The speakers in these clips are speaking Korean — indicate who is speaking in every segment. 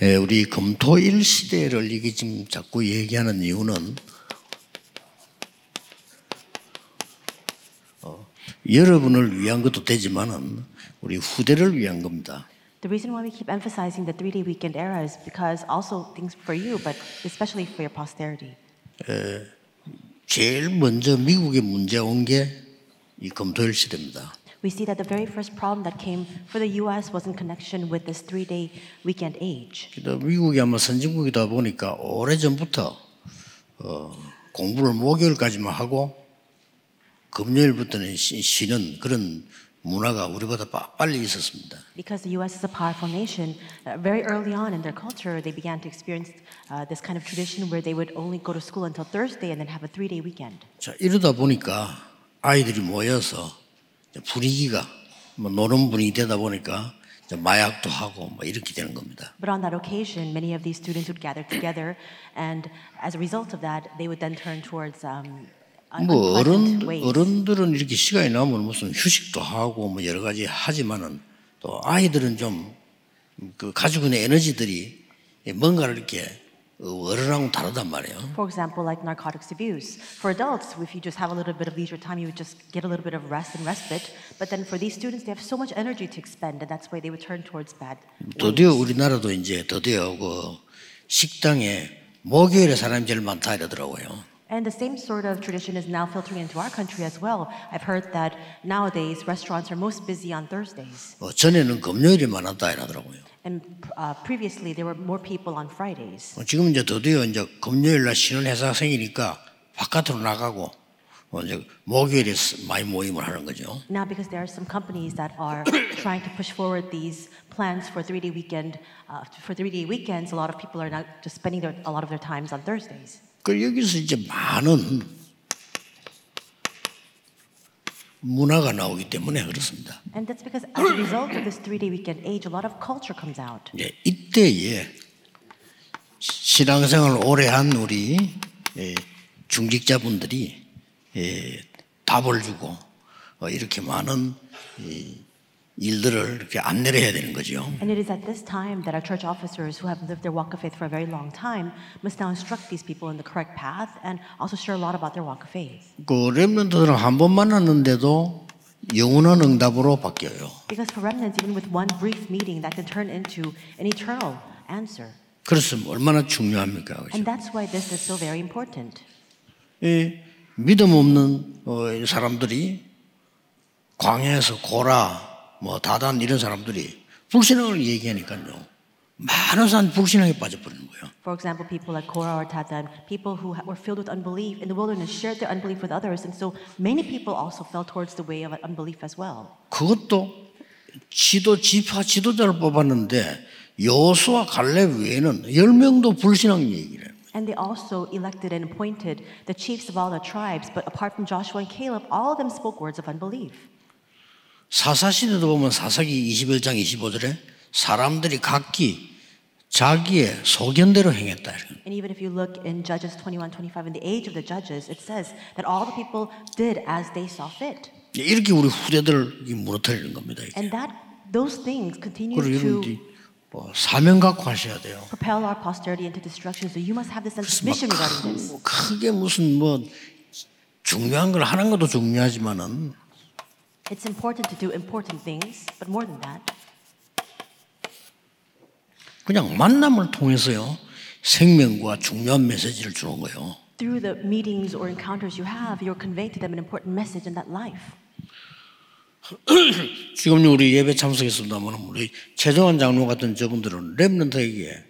Speaker 1: 예, 우리 금토일 시대를 이게 지금 자꾸 얘기하는 이유는 어, 여러분을 위한 것도 되지만은 우리 후대를 위한 겁니다.
Speaker 2: The reason why we keep emphasizing the three day weekend era is because also things for you, but especially for your posterity.
Speaker 1: 제일 먼저 미국에 문제 온 게 이 금토일 시대입니다.
Speaker 2: We see that the very first problem that came for the US was in connection with this three day weekend age.
Speaker 1: 그래도 미국이 아마 선진국이다 보니까 오래 전부터 어, 공부를 목요일까지만 하고 금요일부터는 쉬- 쉬는 그런 문화가 우리보다 빠- 빨리 있었습니다.
Speaker 2: Because the US is a powerful nation, uh, very early on in their culture, they began to experience uh, this kind of tradition where they would only go to school until Thursday and then have a three day weekend.
Speaker 1: 자 이러다 보니까 아이들이 모여서 이제 분위기가 뭐 노는 분위기 되다 보니까 이제 마약도 하고 뭐 이렇게 되는 겁니다.
Speaker 2: But on that occasion, many of these students would gather together, and as a result of that, they would then turn towards um, un-
Speaker 1: 뭐
Speaker 2: unpleasant
Speaker 1: 어른
Speaker 2: ways.
Speaker 1: 어른들은 이렇게 시간이 나면 무슨 휴식도 하고 뭐 여러 가지 하지만은 또 아이들은 좀 그 가지고 있는 에너지들이 뭔가를 이렇게 어른하고 다르단 말이에요.
Speaker 2: For example, like narcotics abuse. For adults, if you just have a little bit of leisure time, you would just get a little bit of rest and respite. But then for these students, they have so much energy to expend, and that's why they would turn towards bad.
Speaker 1: 드디어 우리나라도 이제 드디어 그 식당에 목요일에 사람이 제일 많다 이러더라고요.
Speaker 2: And the same sort of tradition is now filtering into our country as well. I've heard that nowadays restaurants are most busy on Thursdays,
Speaker 1: 어, 전에는 금요일이 많았다 이러더라고요.
Speaker 2: and uh, previously there were more people on Fridays.
Speaker 1: 어, 지금 이제 드디어 이제 금요일 날 쉬는 회사 생기니까 바깥으로 나가고 어, 이제 목요일에 많이 모임을 하는 거죠.
Speaker 2: Now, because there are some companies that are trying to push forward these plans for three-day weekend, uh, for three-day weekends, a lot of people are now just spending their, a lot of their times on Thursdays.
Speaker 1: 그 여기서 이제 많은 문화가 나오기 때문에 그렇습니다.
Speaker 2: And that's because as a result of this three-day weekend age, a lot of culture comes out.
Speaker 1: 예, 이때에 신앙생활 오래 한 우리 예, 중직자분들이 예, 답을 주고 어, 이렇게 많은 이 일들을 이렇게 안내를 해야 되는 거죠.
Speaker 2: And it is at this time that our church officers who have lived their walk of faith for a very long time must now instruct these people in the correct path and also share a lot about their walk of faith.
Speaker 1: 그 렘넌트들은 한 번 만났는데도 영원한 응답으로 바뀌어요.
Speaker 2: Because for remnants, even with one brief meeting, that can turn into an eternal answer.
Speaker 1: 그래서 얼마나 중요합니까? 그죠?
Speaker 2: And that's why this is so very important.
Speaker 1: 이 믿음 없는 어, 이 사람들이 광해에서 고라, 뭐 다단 이런 사람들이 불신앙을 얘기하니까요. 많은 사람 불신앙에 빠져버리는 거예요.
Speaker 2: For example, people like Korah or Tatan, people who ha- were filled with unbelief in the wilderness, shared their unbelief with others, and so many people also fell towards the way of unbelief as well.
Speaker 1: 그것도 지도 지파 지도자를 뽑았는데 여호수아 갈렙 외에는 열 명도 불신앙 얘기를 해요.
Speaker 2: And they also elected and appointed the chiefs of all the tribes, but apart from Joshua and Caleb, all of them spoke words of unbelief.
Speaker 1: 사사 시대도 보면 사사기 21장 25절에 사람들이 각기 자기의 소견대로 행했다. 이래요.
Speaker 2: And even if you look in Judges 21 25, in the age of the judges, it says that all the people did as they saw fit.
Speaker 1: 이렇게 우리 후대들을 이렇게 무너뜨리는 겁니다. 이게.
Speaker 2: And that those things continue
Speaker 1: 그리고 여러분들이
Speaker 2: to
Speaker 1: 뭐 사명 갖고 하셔야 돼요.
Speaker 2: propel our posterity into destruction. So you must have this sense of
Speaker 1: 막
Speaker 2: mission regarding this.
Speaker 1: 크- 크게 무슨 뭐 중요한 걸 하는 것도 중요하지만은
Speaker 2: It's important to do important things, but more than that,
Speaker 1: 그냥 만남을 통해서요 생명과 중요한 메시지를 주는 거예요.
Speaker 2: through the meetings or encounters you have, you're conveying to them an important message in that life.
Speaker 1: 지금 우리 예배 참석했습니다만 뭐, 우리 최정환 장로 같은 저분들은 렘넌트에게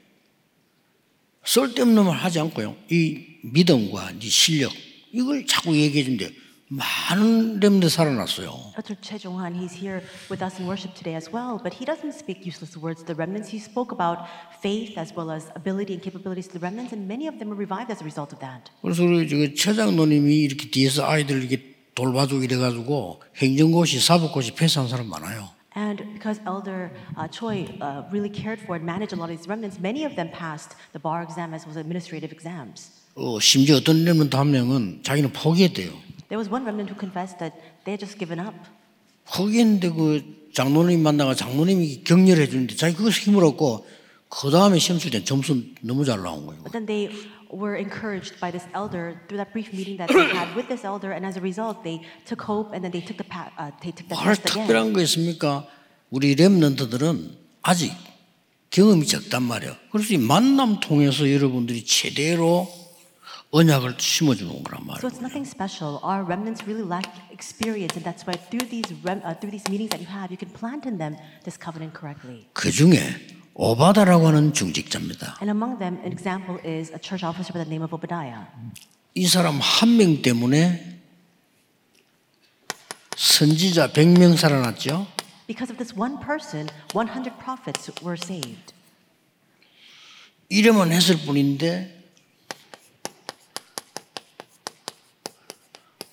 Speaker 1: 쓸데없는 말 하지 않고요 이 믿음과 이 실력 이걸 자꾸 얘기해 준데 많은 렘넌트 살아났어요.
Speaker 2: Dr. Che Jonghan, he's here with us in worship today as well, but he doesn't speak useless words to the remnants. He spoke about faith as well as ability and capabilities to the remnants, and many of them were revived as a result of that.
Speaker 1: 그래서 우리 저최 장로님이 이렇게 뒤에서 아이들 이렇게 돌봐주고 이래가지고 행정고시, 사법고시 패스한 사람 많아요.
Speaker 2: And because Elder uh, Choi uh, really cared for and managed a lot of these remnants, many of them passed the bar exam as well as administrative exams.
Speaker 1: 어, 심지어 어떤 렘넌트 한 명은 자기는 포기했대요.
Speaker 2: There was one remnant who confessed that they had just given up.
Speaker 1: 포기했는데 그 장로님 만나가 장로님이 격려를 해주는데 자기 그것서 힘을 얻고 그 다음에 시험 칠 때 점수 너무 잘 나온 거예요.
Speaker 2: But then they were encouraged by this elder through that brief meeting that they had with this elder, and as a result, they took hope and then they took the pa- uh, they took the
Speaker 1: 뭘
Speaker 2: test again.
Speaker 1: 특별한 거 있습니까? 우리 랩런트들은 아직 경험이 적단 말이에요. 그래서 이 만남 통해서 여러분들이 제대로 언약을 심어주는 거란
Speaker 2: So
Speaker 1: 말이에요.
Speaker 2: it's nothing special. Our remnants really lack experience, and that's why through these rem- uh, through these meetings that you have, you can plant in them this covenant correctly.
Speaker 1: 그 중에 오바다라고 하는 중직자입니다.
Speaker 2: And among them, an example is a church officer by the name of Obadiah.
Speaker 1: 이 사람 한 명 때문에 선지자 100명 살아났죠.
Speaker 2: Because of this one person, 100 prophets were saved.
Speaker 1: 이름은 했을 뿐인데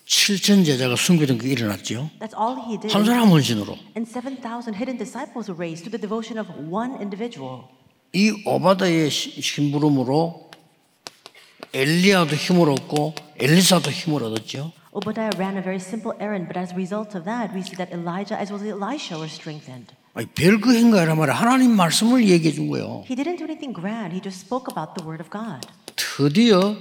Speaker 1: 7천 제자가 숨겨둔 게 일어났죠.
Speaker 2: That's all he did.
Speaker 1: 한 사람 헌신으로.
Speaker 2: And 7,000 hidden disciples were raised through the devotion of one individual.
Speaker 1: 이 오바다의 시- 심부름으로 엘리야도 힘을 얻고 엘리사도 힘을 얻었죠.
Speaker 2: Obadiah ran a very simple errand, but as a result of that, we see that Elijah as well as Elisha were strengthened.
Speaker 1: 아니, 별거 행가 이란 말에 하나님 말씀을 얘기해 준 거예요.
Speaker 2: He didn't do anything grand, he just spoke about the word of God.
Speaker 1: 드디어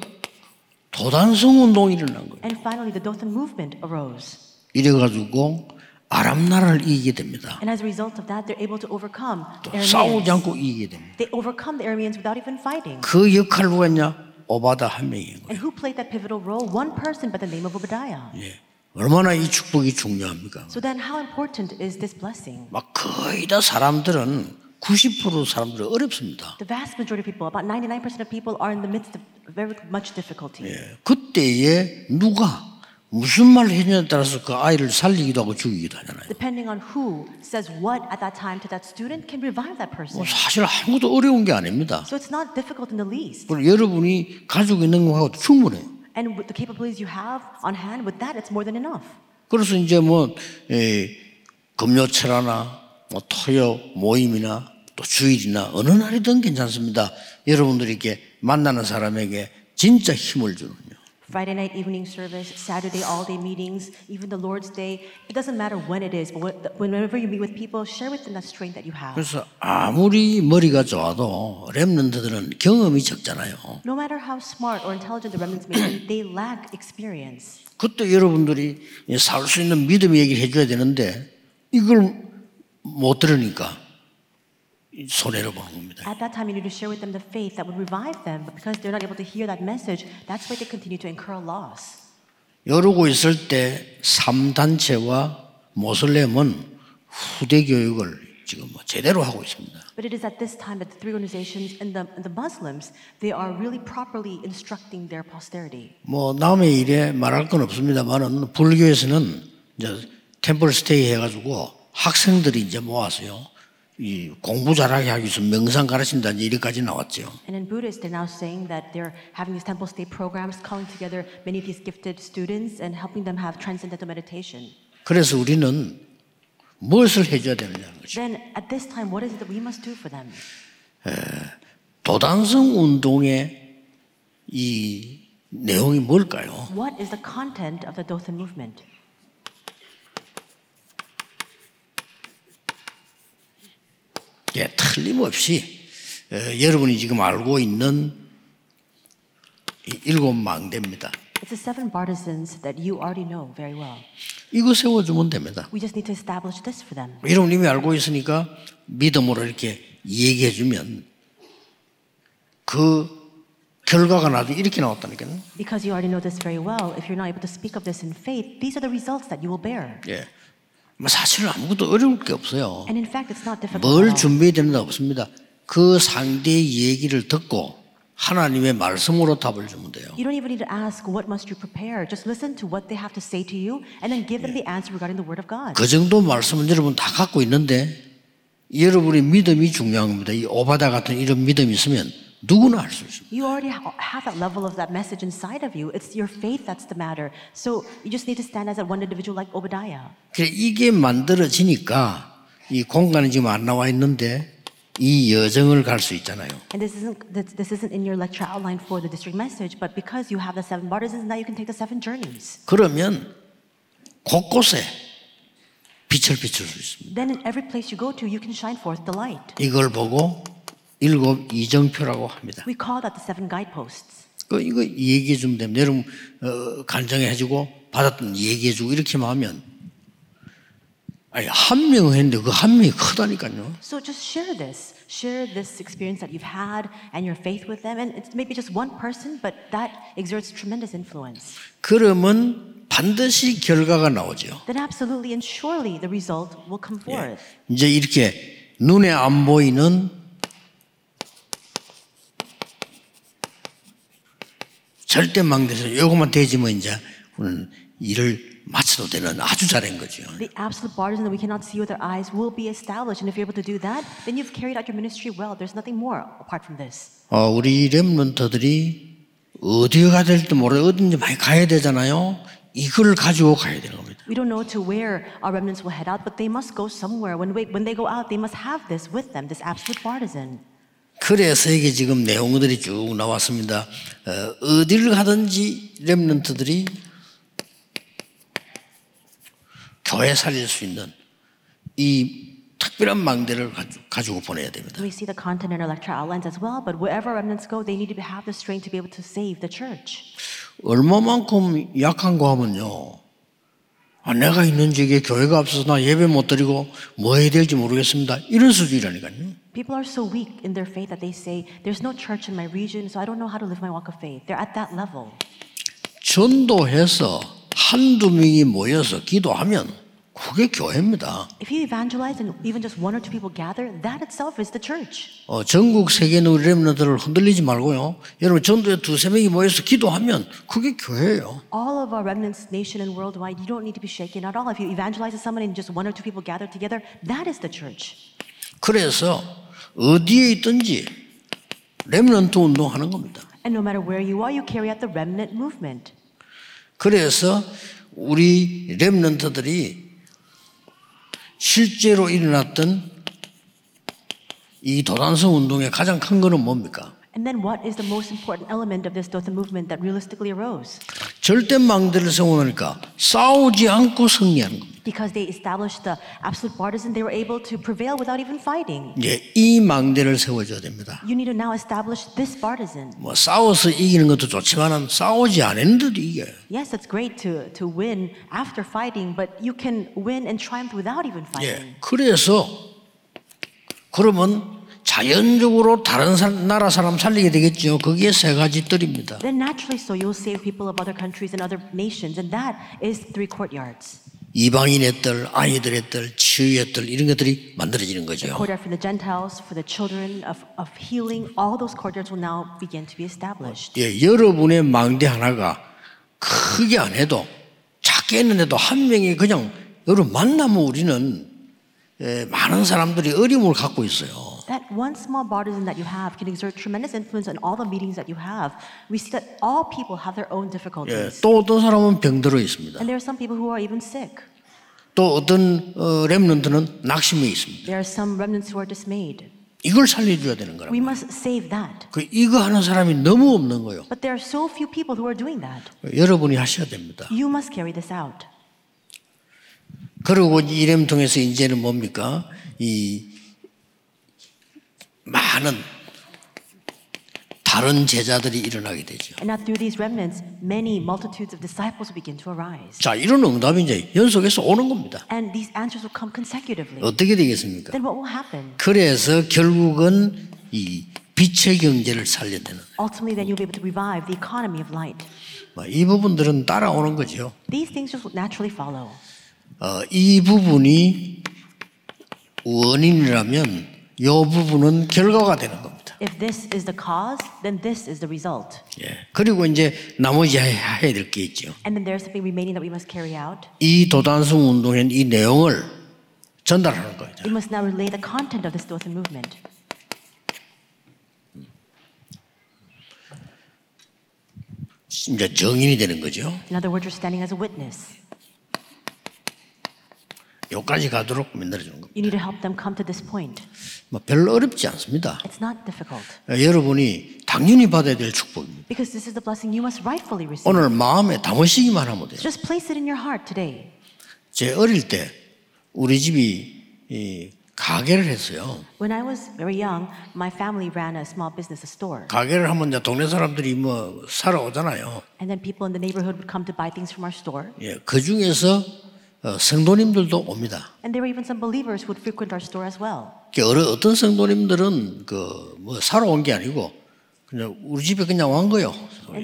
Speaker 1: 도단성 운동이 일어난 거예요.
Speaker 2: And finally, the Dothan movement arose.
Speaker 1: 이래가지고 아람 나라를 이기게 됩니다.
Speaker 2: And as a result of that, they're able to overcome
Speaker 1: 또 싸우지
Speaker 2: Arameans.
Speaker 1: 않고 이기게 됩니다.
Speaker 2: They overcome the Arameans without even fighting.
Speaker 1: 그 역할을 누가 했냐? 오바다 한 명인 거예요.
Speaker 2: And who played that pivotal role? One person by the name of Obadiah.
Speaker 1: 예. 얼마나 이 축복이 중요합니까?
Speaker 2: So then, how important is this blessing?
Speaker 1: 막 거의 다 사람들은 90% 사람들이 어렵습니다.
Speaker 2: The vast majority of people, about 99% of people, are in the midst of very much difficulty.
Speaker 1: 예, 그때에 누가 무슨 말을 했냐에 따라서 그 아이를 살리기도 하고 죽이기도 하잖아요.
Speaker 2: Depending on who says what at that time to that student can revive that person.
Speaker 1: 뭐 사실 아무것도 어려운 게 아닙니다.
Speaker 2: So it's not difficult in the least.
Speaker 1: 그리고 여러분이 가지고 있는 것하고 충분해요.
Speaker 2: And with the capabilities you have on hand, with that, it's more than enough.
Speaker 1: 그래서 이제 뭐 예, 금요철화나 뭐 토요 모임이나 또 주일이나 어느 날이든 괜찮습니다. 여러분들이 이렇게 만나는 사람에게 진짜 힘을 주는요.
Speaker 2: Friday night evening service, Saturday all day meetings, even the Lord's Day. It doesn't matter when it is, but what- whenever you meet with people, share with them that strength that you have.
Speaker 1: 그래서 아무리 머리가 좋아도 랩런트들은 경험이 적잖아요.
Speaker 2: No matter how smart or intelligent the remnants may be, they lack experience.
Speaker 1: 그때 여러분들이 예, 살 수 있는 믿음 얘기를 해줘야 되는데 이걸 못 들으니까 손해를 보는 겁니다.
Speaker 2: At that time, you need to share with them the faith that would revive them, but because they're not able to hear that message, that's why they continue to incur loss.
Speaker 1: 이러고 있을 때 삼단체와 모슬렘은 후대 교육을 지금 뭐 제대로 하고 있습니다.
Speaker 2: But it is at this time that the three organizations and the, and the Muslims, they are really properly instructing their posterity.
Speaker 1: 뭐 남의 일에 말할 건 없습니다만은 불교에서는 이제 템플 스테이 해가지고 학생들이 이제 모아서요 이 공부 잘하게 하기 위해서 명상 가르친다 이제 이렇게까지 나왔죠.
Speaker 2: And in Buddhists, they're now saying that they're having these temple stay programs, calling together many of these gifted students and helping them have transcendental meditation.
Speaker 1: 그래서 우리는 무엇을 해줘야 되느냐는 거죠.
Speaker 2: Then, at this time, what is it that we must do for them?
Speaker 1: 도단성 운동의 이 내용이 뭘까요?
Speaker 2: What is the content of the Dothan movement?
Speaker 1: 예, 틀림없이 어, 여러분이 지금 알고 있는 이 일곱 망대입니다.
Speaker 2: It's the seven partisans that you already know very well.
Speaker 1: 이거 세워주면 됩니다.
Speaker 2: We just need to establish this for them.
Speaker 1: 여러분 이미 알고 있으니까 믿음으로 이렇게 얘기해주면 그 결과가 나도 이렇게 나왔다니까요.
Speaker 2: Because you already know this very well, if you're not able to speak of this in faith, these are the results that you will bear.
Speaker 1: 예. 뭐 사실은 아무것도 어려울 게 없어요.
Speaker 2: And in fact, it's not difficult.
Speaker 1: 뭘
Speaker 2: At all.
Speaker 1: 준비해야 됩니다 없습니다. 그 상대의 얘기를 듣고 하나님의 말씀으로 답을 주면 돼요.
Speaker 2: You don't even need to ask, what must you prepare? Just listen to what they have to say to you and then give them the answer regarding the Word of God.
Speaker 1: 그 정도 말씀은 여러분 다 갖고 있는데 여러분의 믿음이 중요한 겁니다. 이 오바다 같은 이런 믿음이 있으면 누구나 할 수 있습니다.
Speaker 2: You already ha- have that level of that message inside of you. It's your faith that's the matter. So you just need to stand as that one individual like Obadiah.
Speaker 1: 그래 이게 만들어지니까 이 공간이 지금 안 나와 있는데 이 여정을 갈 수 있잖아요.
Speaker 2: And this isn't, this, this isn't in your lecture outline for the district message, but because you have the seven partisans, now you can take the seven journeys.
Speaker 1: 그러면 곳곳에 빛을 비출 수 있습니다.
Speaker 2: Then in every place you go to, you can shine forth the light.
Speaker 1: 이걸 보고 일곱 이정표라고 합니다.
Speaker 2: We call that the seven guideposts.
Speaker 1: 그 이거 얘기해 주면 됩니다. 여러분 어, 간증해 주고 받았던 얘기해 주고 이렇게만 하면 아니 한 명 했는데 그 한 명이 크다니까요.
Speaker 2: So just share this. Share this experience that you've had and your faith with them. And it's maybe just one person, but that exerts tremendous influence.
Speaker 1: 그러면 반드시 결과가 나오죠.
Speaker 2: Then absolutely and surely the result will come forth.
Speaker 1: 이제 이렇게 눈에 안 보이는 절대 망대에서 요것만 되지면 이제 우리는 일을 마쳐도 되는 아주 잘한 거죠.
Speaker 2: The absolute bars that we cannot see with our eyes will be established. And if you're able to do that, then you've carried out your ministry well. There's nothing more apart from this.
Speaker 1: 어, 우리 렘런터들이 어디에 가야 될지 모르 어딘지 많이 가야 되잖아요. 이걸 가지고 가야 되는 겁니다.
Speaker 2: We don't know to where our remnants will head out, but they must go somewhere. When, we, when they go out, they must have this with them, this absolute partisan.
Speaker 1: 그래서 이게 지금 내용들이 쭉 나왔습니다. 어, 어딜 가든지 렘런트들이 교회 살릴 수 있는 이 특별한 망대를 가지- 가지고 보내야 됩니다.
Speaker 2: We see the content in our lecture outlines as well, but wherever remnants go, they need to have the strength to be able to save the church.
Speaker 1: 얼마만큼 약한가 하면요. 아, 내가 있는 지역에 교회가 없어서 나 예배 못 드리고 뭐 해야 될지 모르겠습니다. 이런 수준이라니까요.
Speaker 2: People are so weak in their faith that they say, There's no church in my region, so I don't know how to live my walk of faith. They're at that level.
Speaker 1: 전도해서 한두 명이 모여서 기도하면 그게 교회입니다.
Speaker 2: If you evangelize and even just one or two people gather, that itself is the church.
Speaker 1: 어, 전국 세계는 우리 렘너들을 흔들리지 말고요. 여러분 전도에 두세 명이 모여서 기도하면 그게 교회예요.
Speaker 2: All of our remnants, nation and worldwide, you don't need to be shaken at all. If you evangelize to someone and just one or two people gather together, that is the church.
Speaker 1: 그래서 어디에 있든지 렘넌트 운동하는 겁니다.
Speaker 2: And no matter where you are, you carry out the remnant movement.
Speaker 1: 그래서 우리 렘넌트들이 실제로 일어났던 이 도단성 운동의 가장 큰 거는 뭡니까?
Speaker 2: And then, what is the most important element of this Dotha movement that realistically arose?
Speaker 1: 절대 망대를 세우니까 싸우지 않고 승리하는 겁니다.
Speaker 2: Because they established the absolute partisan, they were able to prevail without even fighting.
Speaker 1: 예, 이 망대를 세워줘야 됩니다.
Speaker 2: You need to now establish this partisan.
Speaker 1: 뭐 싸워서 이기는 것도 좋지만 싸우지 않았는데도 이겨요.
Speaker 2: Yes, it's great to, to win after fighting, but you can win and triumph without even fighting.
Speaker 1: 예. 그래서 그러면 자연적으로 다른 사- 나라 사람 살리게 되겠죠. 거기에 세 가지 뜰입니다.
Speaker 2: Then naturally, so you'll save people of other countries and other nations, and that is three courtyards.
Speaker 1: 이방인의 뜰, 아이들의 뜰, 치유의 뜰 이런 것들이 만들어지는 거죠.
Speaker 2: Courtyard for the Gentiles, for the children of, of healing, all those courtyards will now begin to be established.
Speaker 1: 예, 여러분의 망대 하나가 크게 안 해도 작게 했는데도 한 명이 그냥 여러분 만나면 우리는 예, 많은 사람들이 어려움을 갖고 있어요.
Speaker 2: That one small partisan that you have can exert tremendous influence on all the meetings that you have. We see that all people have their own
Speaker 1: 예,
Speaker 2: difficulties.
Speaker 1: 또 어떤 사람은 병들어 있습니다.
Speaker 2: And there are some people who are even sick.
Speaker 1: 또 어떤 어, 렘넌트는 낙심해 있습니다.
Speaker 2: There are some remnants who are dismayed.
Speaker 1: 이걸 살려줘야 되는
Speaker 2: We
Speaker 1: 거라고.
Speaker 2: must save that.
Speaker 1: 그 이거 하는 사람이 너무 없는 거예요.
Speaker 2: But there are so few people who are doing that.
Speaker 1: 여러분이 하셔야 됩니다.
Speaker 2: You must carry this out.
Speaker 1: 그리고 이름 통해서 이제는 뭡니까? 이 많은 다른 제자들이 일어나게 되죠.
Speaker 2: And now through these remnants, many multitudes of disciples will begin to arise.
Speaker 1: 자, 이런 응답이 이제 연속해서 오는 겁니다.
Speaker 2: And these answers will come consecutively.
Speaker 1: 어떻게 되겠습니까?
Speaker 2: Then what will happen?
Speaker 1: 그래서 결국은 이 빛의 경제를 살려야 되는
Speaker 2: Ultimately, then you'll be able to revive the economy of light.
Speaker 1: 뭐이 부분들은 따라오는 거죠.
Speaker 2: These things just will naturally follow.
Speaker 1: 어, 이 부분이 원인이라면 이 부분은 결과가 되는 겁니다.
Speaker 2: If this is the cause, then this is the result.
Speaker 1: 예. 그리고 이제 나머지 해야 될 게 있죠.
Speaker 2: And then there's something remaining that we must carry out.
Speaker 1: 이 도단성 운동의 이 내용을 전달하는 거예요.
Speaker 2: We must now relay the content of this Dothan movement.
Speaker 1: 이제 정인이 되는 거죠.
Speaker 2: In other words, you're standing as a witness.
Speaker 1: 여기까지 가도록 만들어주는 겁니다.
Speaker 2: You need to help them come to this point.
Speaker 1: 뭐 별로 어렵지 않습니다.
Speaker 2: It's not difficult
Speaker 1: 어, 여러분이 당연히 받아야 될 축복입니다.
Speaker 2: because this is the blessing you must rightfully receive.
Speaker 1: 오늘 마음에 담으시기만 하면 돼요.
Speaker 2: Just place it in your heart today.
Speaker 1: 제 어릴 때 우리 집이 이 가게를 했어요.
Speaker 2: When I was very young, my family ran a small business, a store.
Speaker 1: 가게를 하면 이제 동네 사람들이 뭐 사러 오잖아요.
Speaker 2: And then people in the neighborhood would come to buy things from our store.
Speaker 1: 예, 그 중에서 어, 성도님들도 옵니다.
Speaker 2: And there were even some believers who would frequent our store as well.
Speaker 1: 이게 어려- 어떤 성도님들은 그 뭐 사러 온 게 아니고 그냥 우리 집에 그냥 온 거요.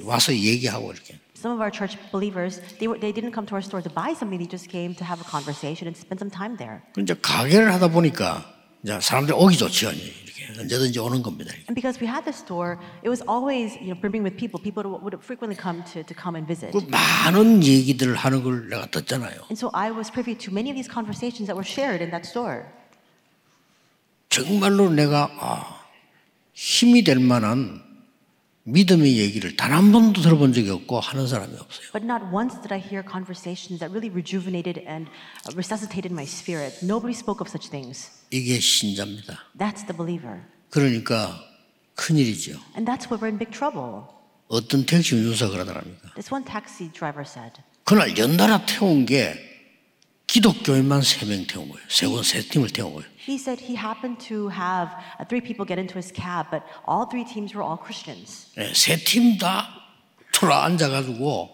Speaker 1: 와서 얘기하고 이렇게.
Speaker 2: Some of our church believers, they, were, they didn't come to our store to buy something, they just came to have a conversation and spend some time there.
Speaker 1: 그 이제 가게를 하다 보니까 이제 사람들이 오기 좋죠. 이렇게 언제든지 오는 겁니다.
Speaker 2: And because we had the store, it was always you know, brimming with people. People would frequently come to, to come and visit.
Speaker 1: 그 많은 얘기들을 하는 걸 내가 듣잖아요.
Speaker 2: And so I was privy to many of these conversations that were shared in that store.
Speaker 1: 정말로 내가 아, 힘이 될 만한 믿음의 얘기를 단 한 번도 들어본 적이 없고 하는 사람이 없어요.
Speaker 2: But not once did I hear conversations that really rejuvenated and uh, resuscitated my spirit. Nobody spoke of such things.
Speaker 1: 이게 신자입니다.
Speaker 2: That's the believer.
Speaker 1: 그러니까 큰일이죠.
Speaker 2: And that's where we're in big trouble.
Speaker 1: 어떤 택시 운전사가 그러더랍니까?
Speaker 2: This one taxi driver said.
Speaker 1: 그날 연달아 태운 게 기독교인만 세 명 태운 거예요. 세군 세 팀을 태운 거예요.
Speaker 2: He said he happened to have uh, three people get into his cab, but all three teams were all Christians.
Speaker 1: 예, 세 팀 다 틀어 앉아가지고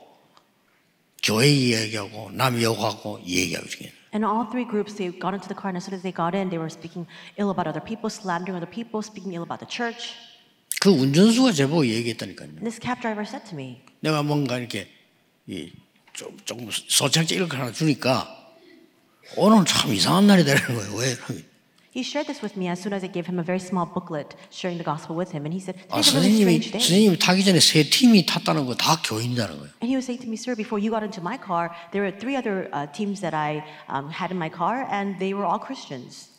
Speaker 1: 교회 이야기하고 남 욕하고 얘기하고 이렇게.
Speaker 2: And all three groups, they got into the car, and as soon as they got in, they were speaking ill about other people, slandering other people, speaking ill about the church.
Speaker 1: 그 운전수가 제보고 얘기했다니까요.
Speaker 2: And this cab driver said to me,
Speaker 1: 내가 뭔가 이렇게 이, 좀, 조금 소창지 이렇게 하나 주니까 오늘 참 이상한 날이 되는 거예요. 왜? 그러면
Speaker 2: he shared this with me as soon as I gave him a very small booklet sharing the gospel with him. And he said,
Speaker 1: 아,
Speaker 2: Today's a really
Speaker 1: 선생님이
Speaker 2: strange day.
Speaker 1: 선생님이 타기 전에 세 팀이 탔다는 거 다 교인이라는 거예요.
Speaker 2: And he was saying to me, Sir, before you got into my car, there were three other uh, teams that I um, had in my car, and they were all Christians.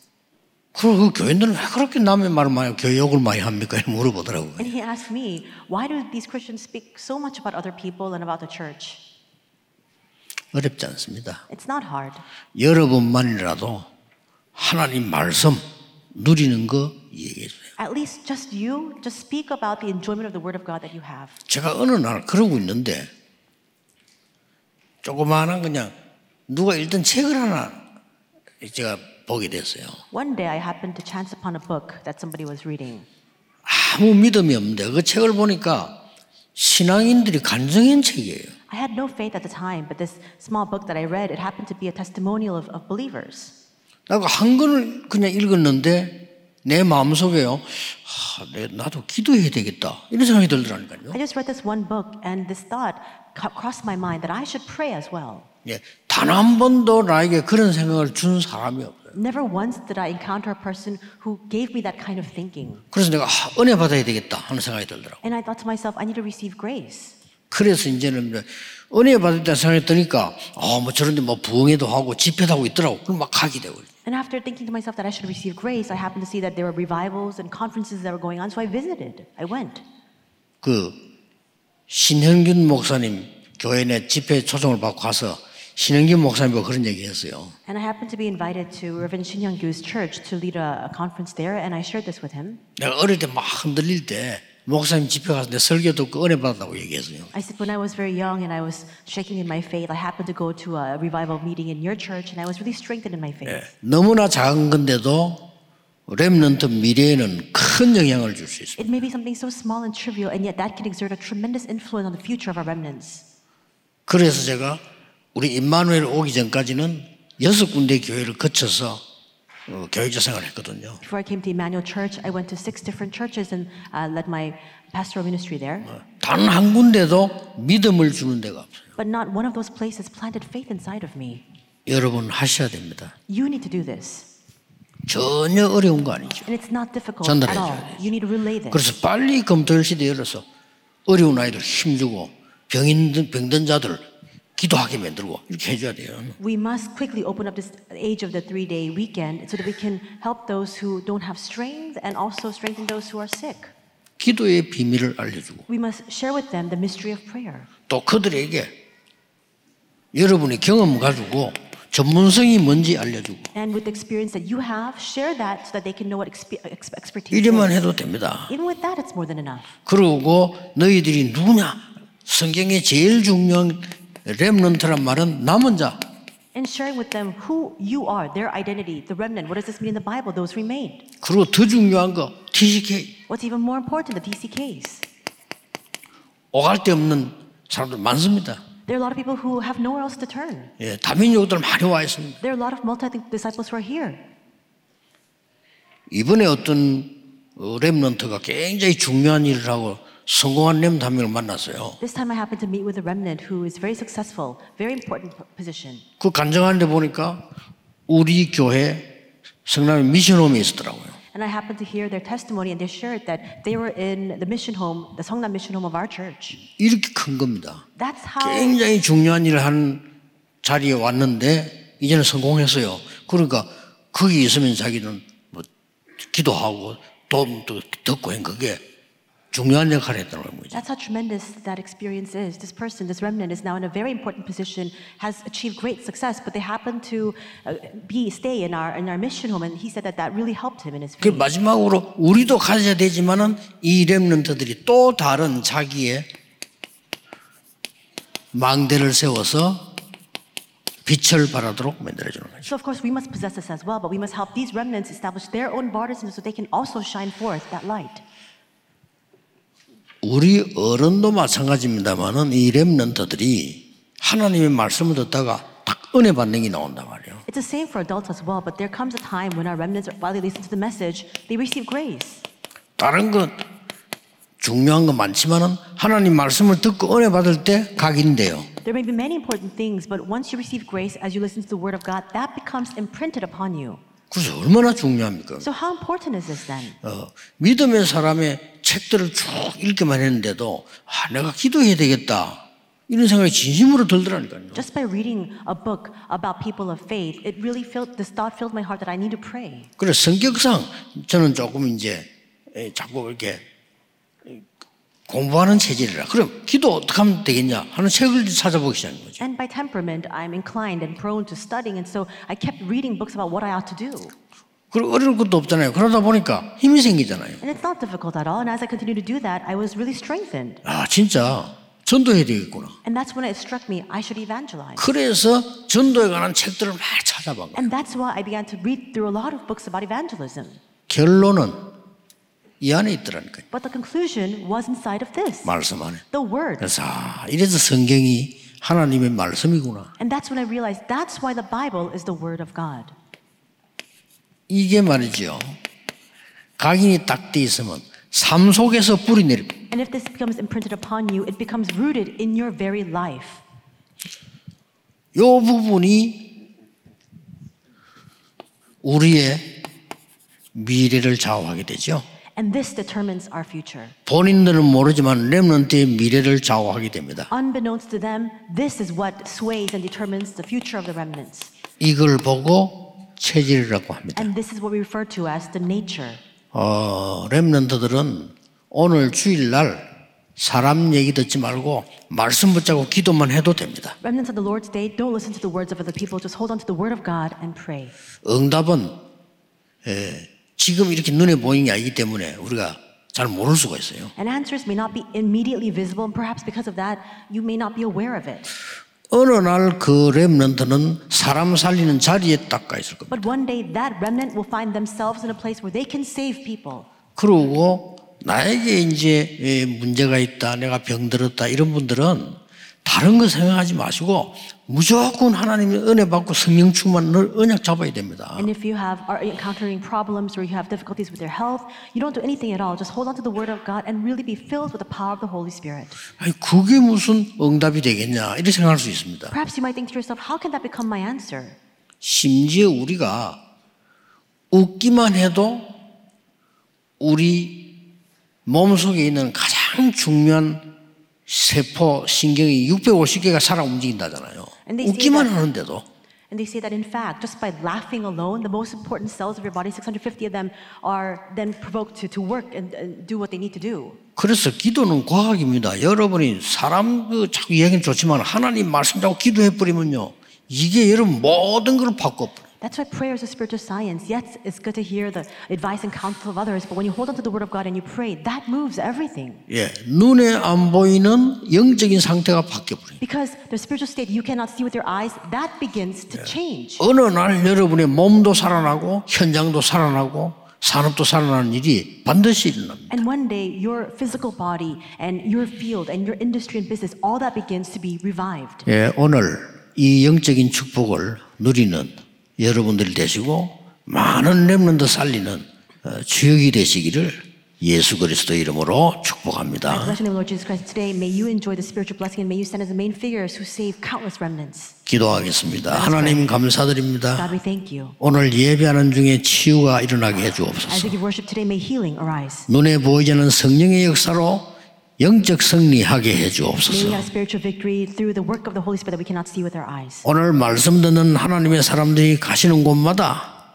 Speaker 1: 그럼 그 교인들은 왜 그렇게 남의 말을 많이 교회 욕을 많이 합니까? 이렇게 물어보더라고요.
Speaker 2: And he asked me, Why do these Christians speak so much about other people and about the church?
Speaker 1: 어렵지 않습니다.
Speaker 2: It's not hard.
Speaker 1: 여러분만이라도 하나님 말씀 누리는 거 얘기해 주세요.
Speaker 2: At least just you, just speak about the enjoyment of the Word of God that you have.
Speaker 1: 제가 어느 날 그러고 있는데 조그마한 그냥 누가 읽던 책을 하나 제가 보게 됐어요.
Speaker 2: One day I happened to chance upon a book that somebody was reading.
Speaker 1: 아무 믿음이 없는데 그 책을 보니까 신앙인들이 간증한 책이에요.
Speaker 2: I had no faith at the time, but this small book that I read, it happened to be a testimonial of, of believers.
Speaker 1: 나가 한 권을 그냥 읽었는데 내 마음속에요. 아, 내, 나도 기도해야 되겠다. 이런 생각이 들더라니까요.
Speaker 2: I just read this one book, and this thought co- crossed my mind that I should pray as well.
Speaker 1: 예, 단 한 번도 나에게 그런 생각을 준 사람이 없어요.
Speaker 2: Never once did I encounter a person who gave me that kind of thinking.
Speaker 1: 그래서 내가 아, 은혜 받아야 되겠다 하는 생각이 들더라고.
Speaker 2: And I thought to myself, I need to receive grace.
Speaker 1: 그래서 이제는 이제 은혜 받을 때 생각이 드니까 아뭐 저런데 뭐 부흥회도 하고 집회도 하고 있더라고. 그럼 막 가게 되고.
Speaker 2: And after thinking to myself that I should receive grace, I happened to see that there were revivals and conferences that were going on, so I visited. I went.
Speaker 1: 그 신현균 목사님 교회 내 집회 초청을 받고 가서 신현균 목사님과 그런 얘기했어요.
Speaker 2: And I happened to be invited to Reverend Shin Young Gu's church to lead a, a conference there, and I shared this with him.
Speaker 1: 내가 어릴 때 막 흔들릴 때 목사님 집회 가서 내 설교 듣고 은혜 받았다고 얘기했어요.
Speaker 2: I said, when I was very young and I was shaking in my faith, I happened to go to a revival meeting in your church, and I was really strengthened in my faith.
Speaker 1: 너무나 작은 건데도 렘넌트 미래에는 큰 영향을 줄 수 있어요.
Speaker 2: It may be something so small and trivial, and yet that can exert a tremendous influence on the future of our remnants.
Speaker 1: 그래서 제가 우리 임마누엘 오기 전까지는 여섯 군데 교회를 거쳐서 어, 교육자 생활을 했거든요.
Speaker 2: Before I came to Emmanuel Church, I went to six different churches and uh, led my pastoral ministry there.
Speaker 1: 단 한 군데도 믿음을 주는 데가 없어요.
Speaker 2: But not one of those places planted faith inside of me.
Speaker 1: 여러분 하셔야 됩니다.
Speaker 2: You need to do this.
Speaker 1: 전혀 어려운 거 아니죠.
Speaker 2: And it's not difficult
Speaker 1: 전달해
Speaker 2: at all. You need to relay this.
Speaker 1: 그래서 빨리 검토일 시대 열어서 어려운 아이들 힘주고 병인 병든 자들 기도하게 만들고 이렇게 해줘야 돼요.
Speaker 2: We must quickly open up this age of the three day weekend so that we can help those who don't have strength and also strengthen those who are sick.
Speaker 1: 기도의 비밀을 알려주고
Speaker 2: We must share with them the mystery of prayer.
Speaker 1: 또 그들에게 여러분의 경험 가지고 전문성이 뭔지 알려주고
Speaker 2: And with the experience that you have, share that so that they can know what expe- ex- expertise
Speaker 1: 이래만
Speaker 2: is.
Speaker 1: 해도 됩니다.
Speaker 2: Even with that, it's more than enough.
Speaker 1: 그러고 너희들이 누구냐? 성경에 제일 중요한 렘넌트란 말은 남은 자,
Speaker 2: and sharing with them who you are, their identity, the remnant. What does this mean in the Bible? Those remained.
Speaker 1: 그리고 더 중요한 거 TCK
Speaker 2: What's even more important, the TCKs.
Speaker 1: 오갈 데 없는 사람들 많습니다.
Speaker 2: There are a lot of people who have nowhere else to turn.
Speaker 1: 예, 다민족들 많이 와 있습니다.
Speaker 2: There are a lot of multi disciples who are here.
Speaker 1: 이번에 어떤 렘런트가 굉장히 중요한 일을 하고 성공한 렘런트 한 명을 만났어요.
Speaker 2: This time I happened to meet with a remnant who is very successful, very important p- position.
Speaker 1: 그 간증하는데 보니까 우리 교회 성남에 미션홈이 있었더라고요.
Speaker 2: And I happened to hear their testimony, and they shared that they were in the mission home, the Songnam mission home of our church.
Speaker 1: 이렇게 큰 겁니다.
Speaker 2: That's how
Speaker 1: 굉장히 중요한 일을 한 자리에 왔는데 이제는 성공했어요. 그러니까 거기 있으면 자기는 뭐 기도하고 도움도 듣고 한 그게 중요한 역할을 했다는 거죠.
Speaker 2: that's how tremendous that experience is. This person, this remnant, is now in a very important position, has achieved great success, but they happened to uh, be stay in our in our mission home, and he said that that really helped him in his
Speaker 1: 그
Speaker 2: faith.
Speaker 1: 마지막으로 우리도 가져야 되지만은 이 렘런트들이 또 다른 자기의 망대를 세워서 빛을 발하도록 만들어주는 거죠.
Speaker 2: So of course we must possess this as well, but we must help these remnants establish their own borders so they can also shine forth that light.
Speaker 1: 우리 어른도 마찬가지입니다만은 이 렘넌트들이 하나님의 말씀을 듣다가 딱 은혜 받는 게 나온단 말이에요.
Speaker 2: It's the same for adults as well, but there comes a time when our remnants, while they listen to the message, they receive grace.
Speaker 1: 다른 건 중요한 건 많지만은 하나님 말씀을 듣고 은혜 받을 때 각인데요.
Speaker 2: There may be many important things, but once you receive grace as you listen to the Word of God, that becomes imprinted upon you.
Speaker 1: 그래서 얼마나 중요합니까?
Speaker 2: So, how important is this then?
Speaker 1: 어, 믿음의 사람의 책들을 쭉 읽기만 했는데도 아, 내가 기도해야 되겠다 이런 생각이 진심으로 들더라니까요.
Speaker 2: Just by reading a book about people of faith, it really filled, this thought filled my heart that I need to pray.
Speaker 1: 그래서 성격상 저는 조금 이제 에, 자꾸 이렇게 공부하는 체질이라. 그럼 기도 어떻게 하면 되겠냐 하는 책을 찾아보기 시작한 거죠.
Speaker 2: And by temperament, I'm inclined and prone to studying, and so I kept reading books about what I ought to do.
Speaker 1: 그리고 어려울 것도 없잖아요. 그러다 보니까 힘이 생기잖아요.
Speaker 2: And it's not difficult at all, and as I continued to do that, I was really strengthened.
Speaker 1: 아 진짜 전도해야 되겠구나.
Speaker 2: And that's when it struck me I should evangelize.
Speaker 1: 그래서 전도에 관한 책들을 막 찾아본 거예요.
Speaker 2: And that's why I began to read through a lot of books about evangelism.
Speaker 1: 결론은 이 안에 있더라니까요.
Speaker 2: But the conclusion was inside of this
Speaker 1: 말씀 안에.
Speaker 2: the Word.
Speaker 1: 그래서 아, 이래서 성경이 하나님의 말씀이구나.
Speaker 2: And that's when I realized that's why the Bible is the Word of God.
Speaker 1: 이게 말이죠. 각인이 딱 돼 있으면 삶 속에서 뿌리 내립니다.
Speaker 2: And if this becomes imprinted upon you, it becomes rooted in your very life.
Speaker 1: 요 부분이 우리의 미래를 좌우하게 되죠.
Speaker 2: And this determines our future.
Speaker 1: 본인들은 모르지만 렘넌트의 미래를 좌우하게 됩니다.
Speaker 2: Unbeknownst to them, this is what sways and determines the future of the remnants.
Speaker 1: 이걸 보고 체질이라고 합니다.
Speaker 2: And this is what we refer to as the nature.
Speaker 1: 어, 렘넌트들은 오늘 주일날 사람 얘기 듣지 말고 말씀 붙잡고 기도만 해도 됩니다.
Speaker 2: Remnants of the Lord's day, don't listen to the words of other people, just hold on to the Word of God and pray.
Speaker 1: 응답은 예, 지금 이렇게 눈에 보이는 게 아니기 때문에 우리가 잘 모를 수가 있어요.
Speaker 2: And answers may not be immediately visible, and perhaps because of that, you may not be aware of it.
Speaker 1: 어느 날 그 렘넌트는 사람 살리는 자리에 딱 가 있을 겁니다.
Speaker 2: But one day, that remnant will find themselves in a place where they can save people.
Speaker 1: 그러고 나에게 이제 예, 문제가 있다, 내가 병들었다 이런 분들은 다른 거 생각하지 마시고 무조건 하나님의 은혜 받고 성령 충만을 언약 잡아야 됩니다.
Speaker 2: And if you have are encountering problems or you have difficulties with your health, you don't do anything at all. Just hold on to the Word of God and really be filled with the power of the Holy Spirit.
Speaker 1: 아니 그게 무슨 응답이 되겠냐 이렇게 생각할 수 있습니다.
Speaker 2: Perhaps you might think to yourself, how can that become my answer?
Speaker 1: 심지어 우리가 웃기만 해도 우리 몸 속에 있는 가장 중요한 세포 신경이 650개가 살아 움직인다잖아요.
Speaker 2: And they say
Speaker 1: 웃기만
Speaker 2: that-
Speaker 1: 하는데도
Speaker 2: And they say that in fact, just by laughing alone, the most important cells of your body, 650 of them, are then provoked to, to work and, and do what they need to do.
Speaker 1: 그래서 기도는 과학입니다. 여러분이 사람 그 자꾸 얘기는 좋지만 하나님 말씀 자고 기도해 버리면요. 이게 여러분 모든 걸 바꿔 버려.
Speaker 2: That's why prayer is a spiritual science. Yes, it's good to hear the advice and counsel of others, but when you hold on to the word of God and you pray, that moves everything.
Speaker 1: 예, 눈에 안 보이는 영적인 상태가 바뀌어버려요.
Speaker 2: Because the spiritual state you cannot see with your eyes, that begins to change.
Speaker 1: 어느 날 여러분의 몸도 살아나고 현장도 살아나고 산업도 살아나는 일이 반드시 일어납니다.
Speaker 2: And one day, your physical body and your field and your industry and business, all that begins to be revived.
Speaker 1: 예, 오늘 이 영적인 축복을 누리는 여러분들이 되시고 많은 렘런드 살리는 어, 주역이 되시기를 예수 그리스도 이름으로 축복합니다.
Speaker 2: Blessed name of Lord Jesus Christ, today may you enjoy the spiritual blessing and may you stand as the main figures who save countless remnants.
Speaker 1: 기도하겠습니다. 하나님 감사드립니다.
Speaker 2: God, we thank you.
Speaker 1: 오늘 예배하는 중에 치유가 일어나게
Speaker 2: As
Speaker 1: 해주옵소서.
Speaker 2: we give worship today, may healing arise.
Speaker 1: 눈에 보이지 않는 성령의 역사로 영적 승리하게
Speaker 2: May we
Speaker 1: 해주옵소서.
Speaker 2: have spiritual victory through the work of the Holy Spirit that we cannot see with our eyes.
Speaker 1: 오늘 말씀 듣는 하나님의 사람들이 가시는 곳마다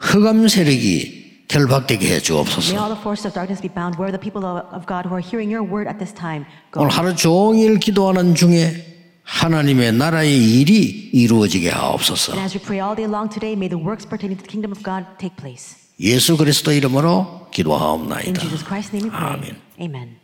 Speaker 1: 흑암 세력이 결박되게
Speaker 2: May
Speaker 1: 해주옵소서.
Speaker 2: all the forces of darkness be bound where the people of of God who are hearing your word at this time go.
Speaker 1: 오늘 하루 종일 기도하는 중에 하나님의 나라의 일이 이루어지게 하옵소서.
Speaker 2: And as we pray all day long today, may the works pertaining to the kingdom of God take place.
Speaker 1: 예수 그리스도 이름으로
Speaker 2: In
Speaker 1: 기도하옵나이다.
Speaker 2: Jesus Christ's name we pray.
Speaker 1: Amen.
Speaker 2: Amen.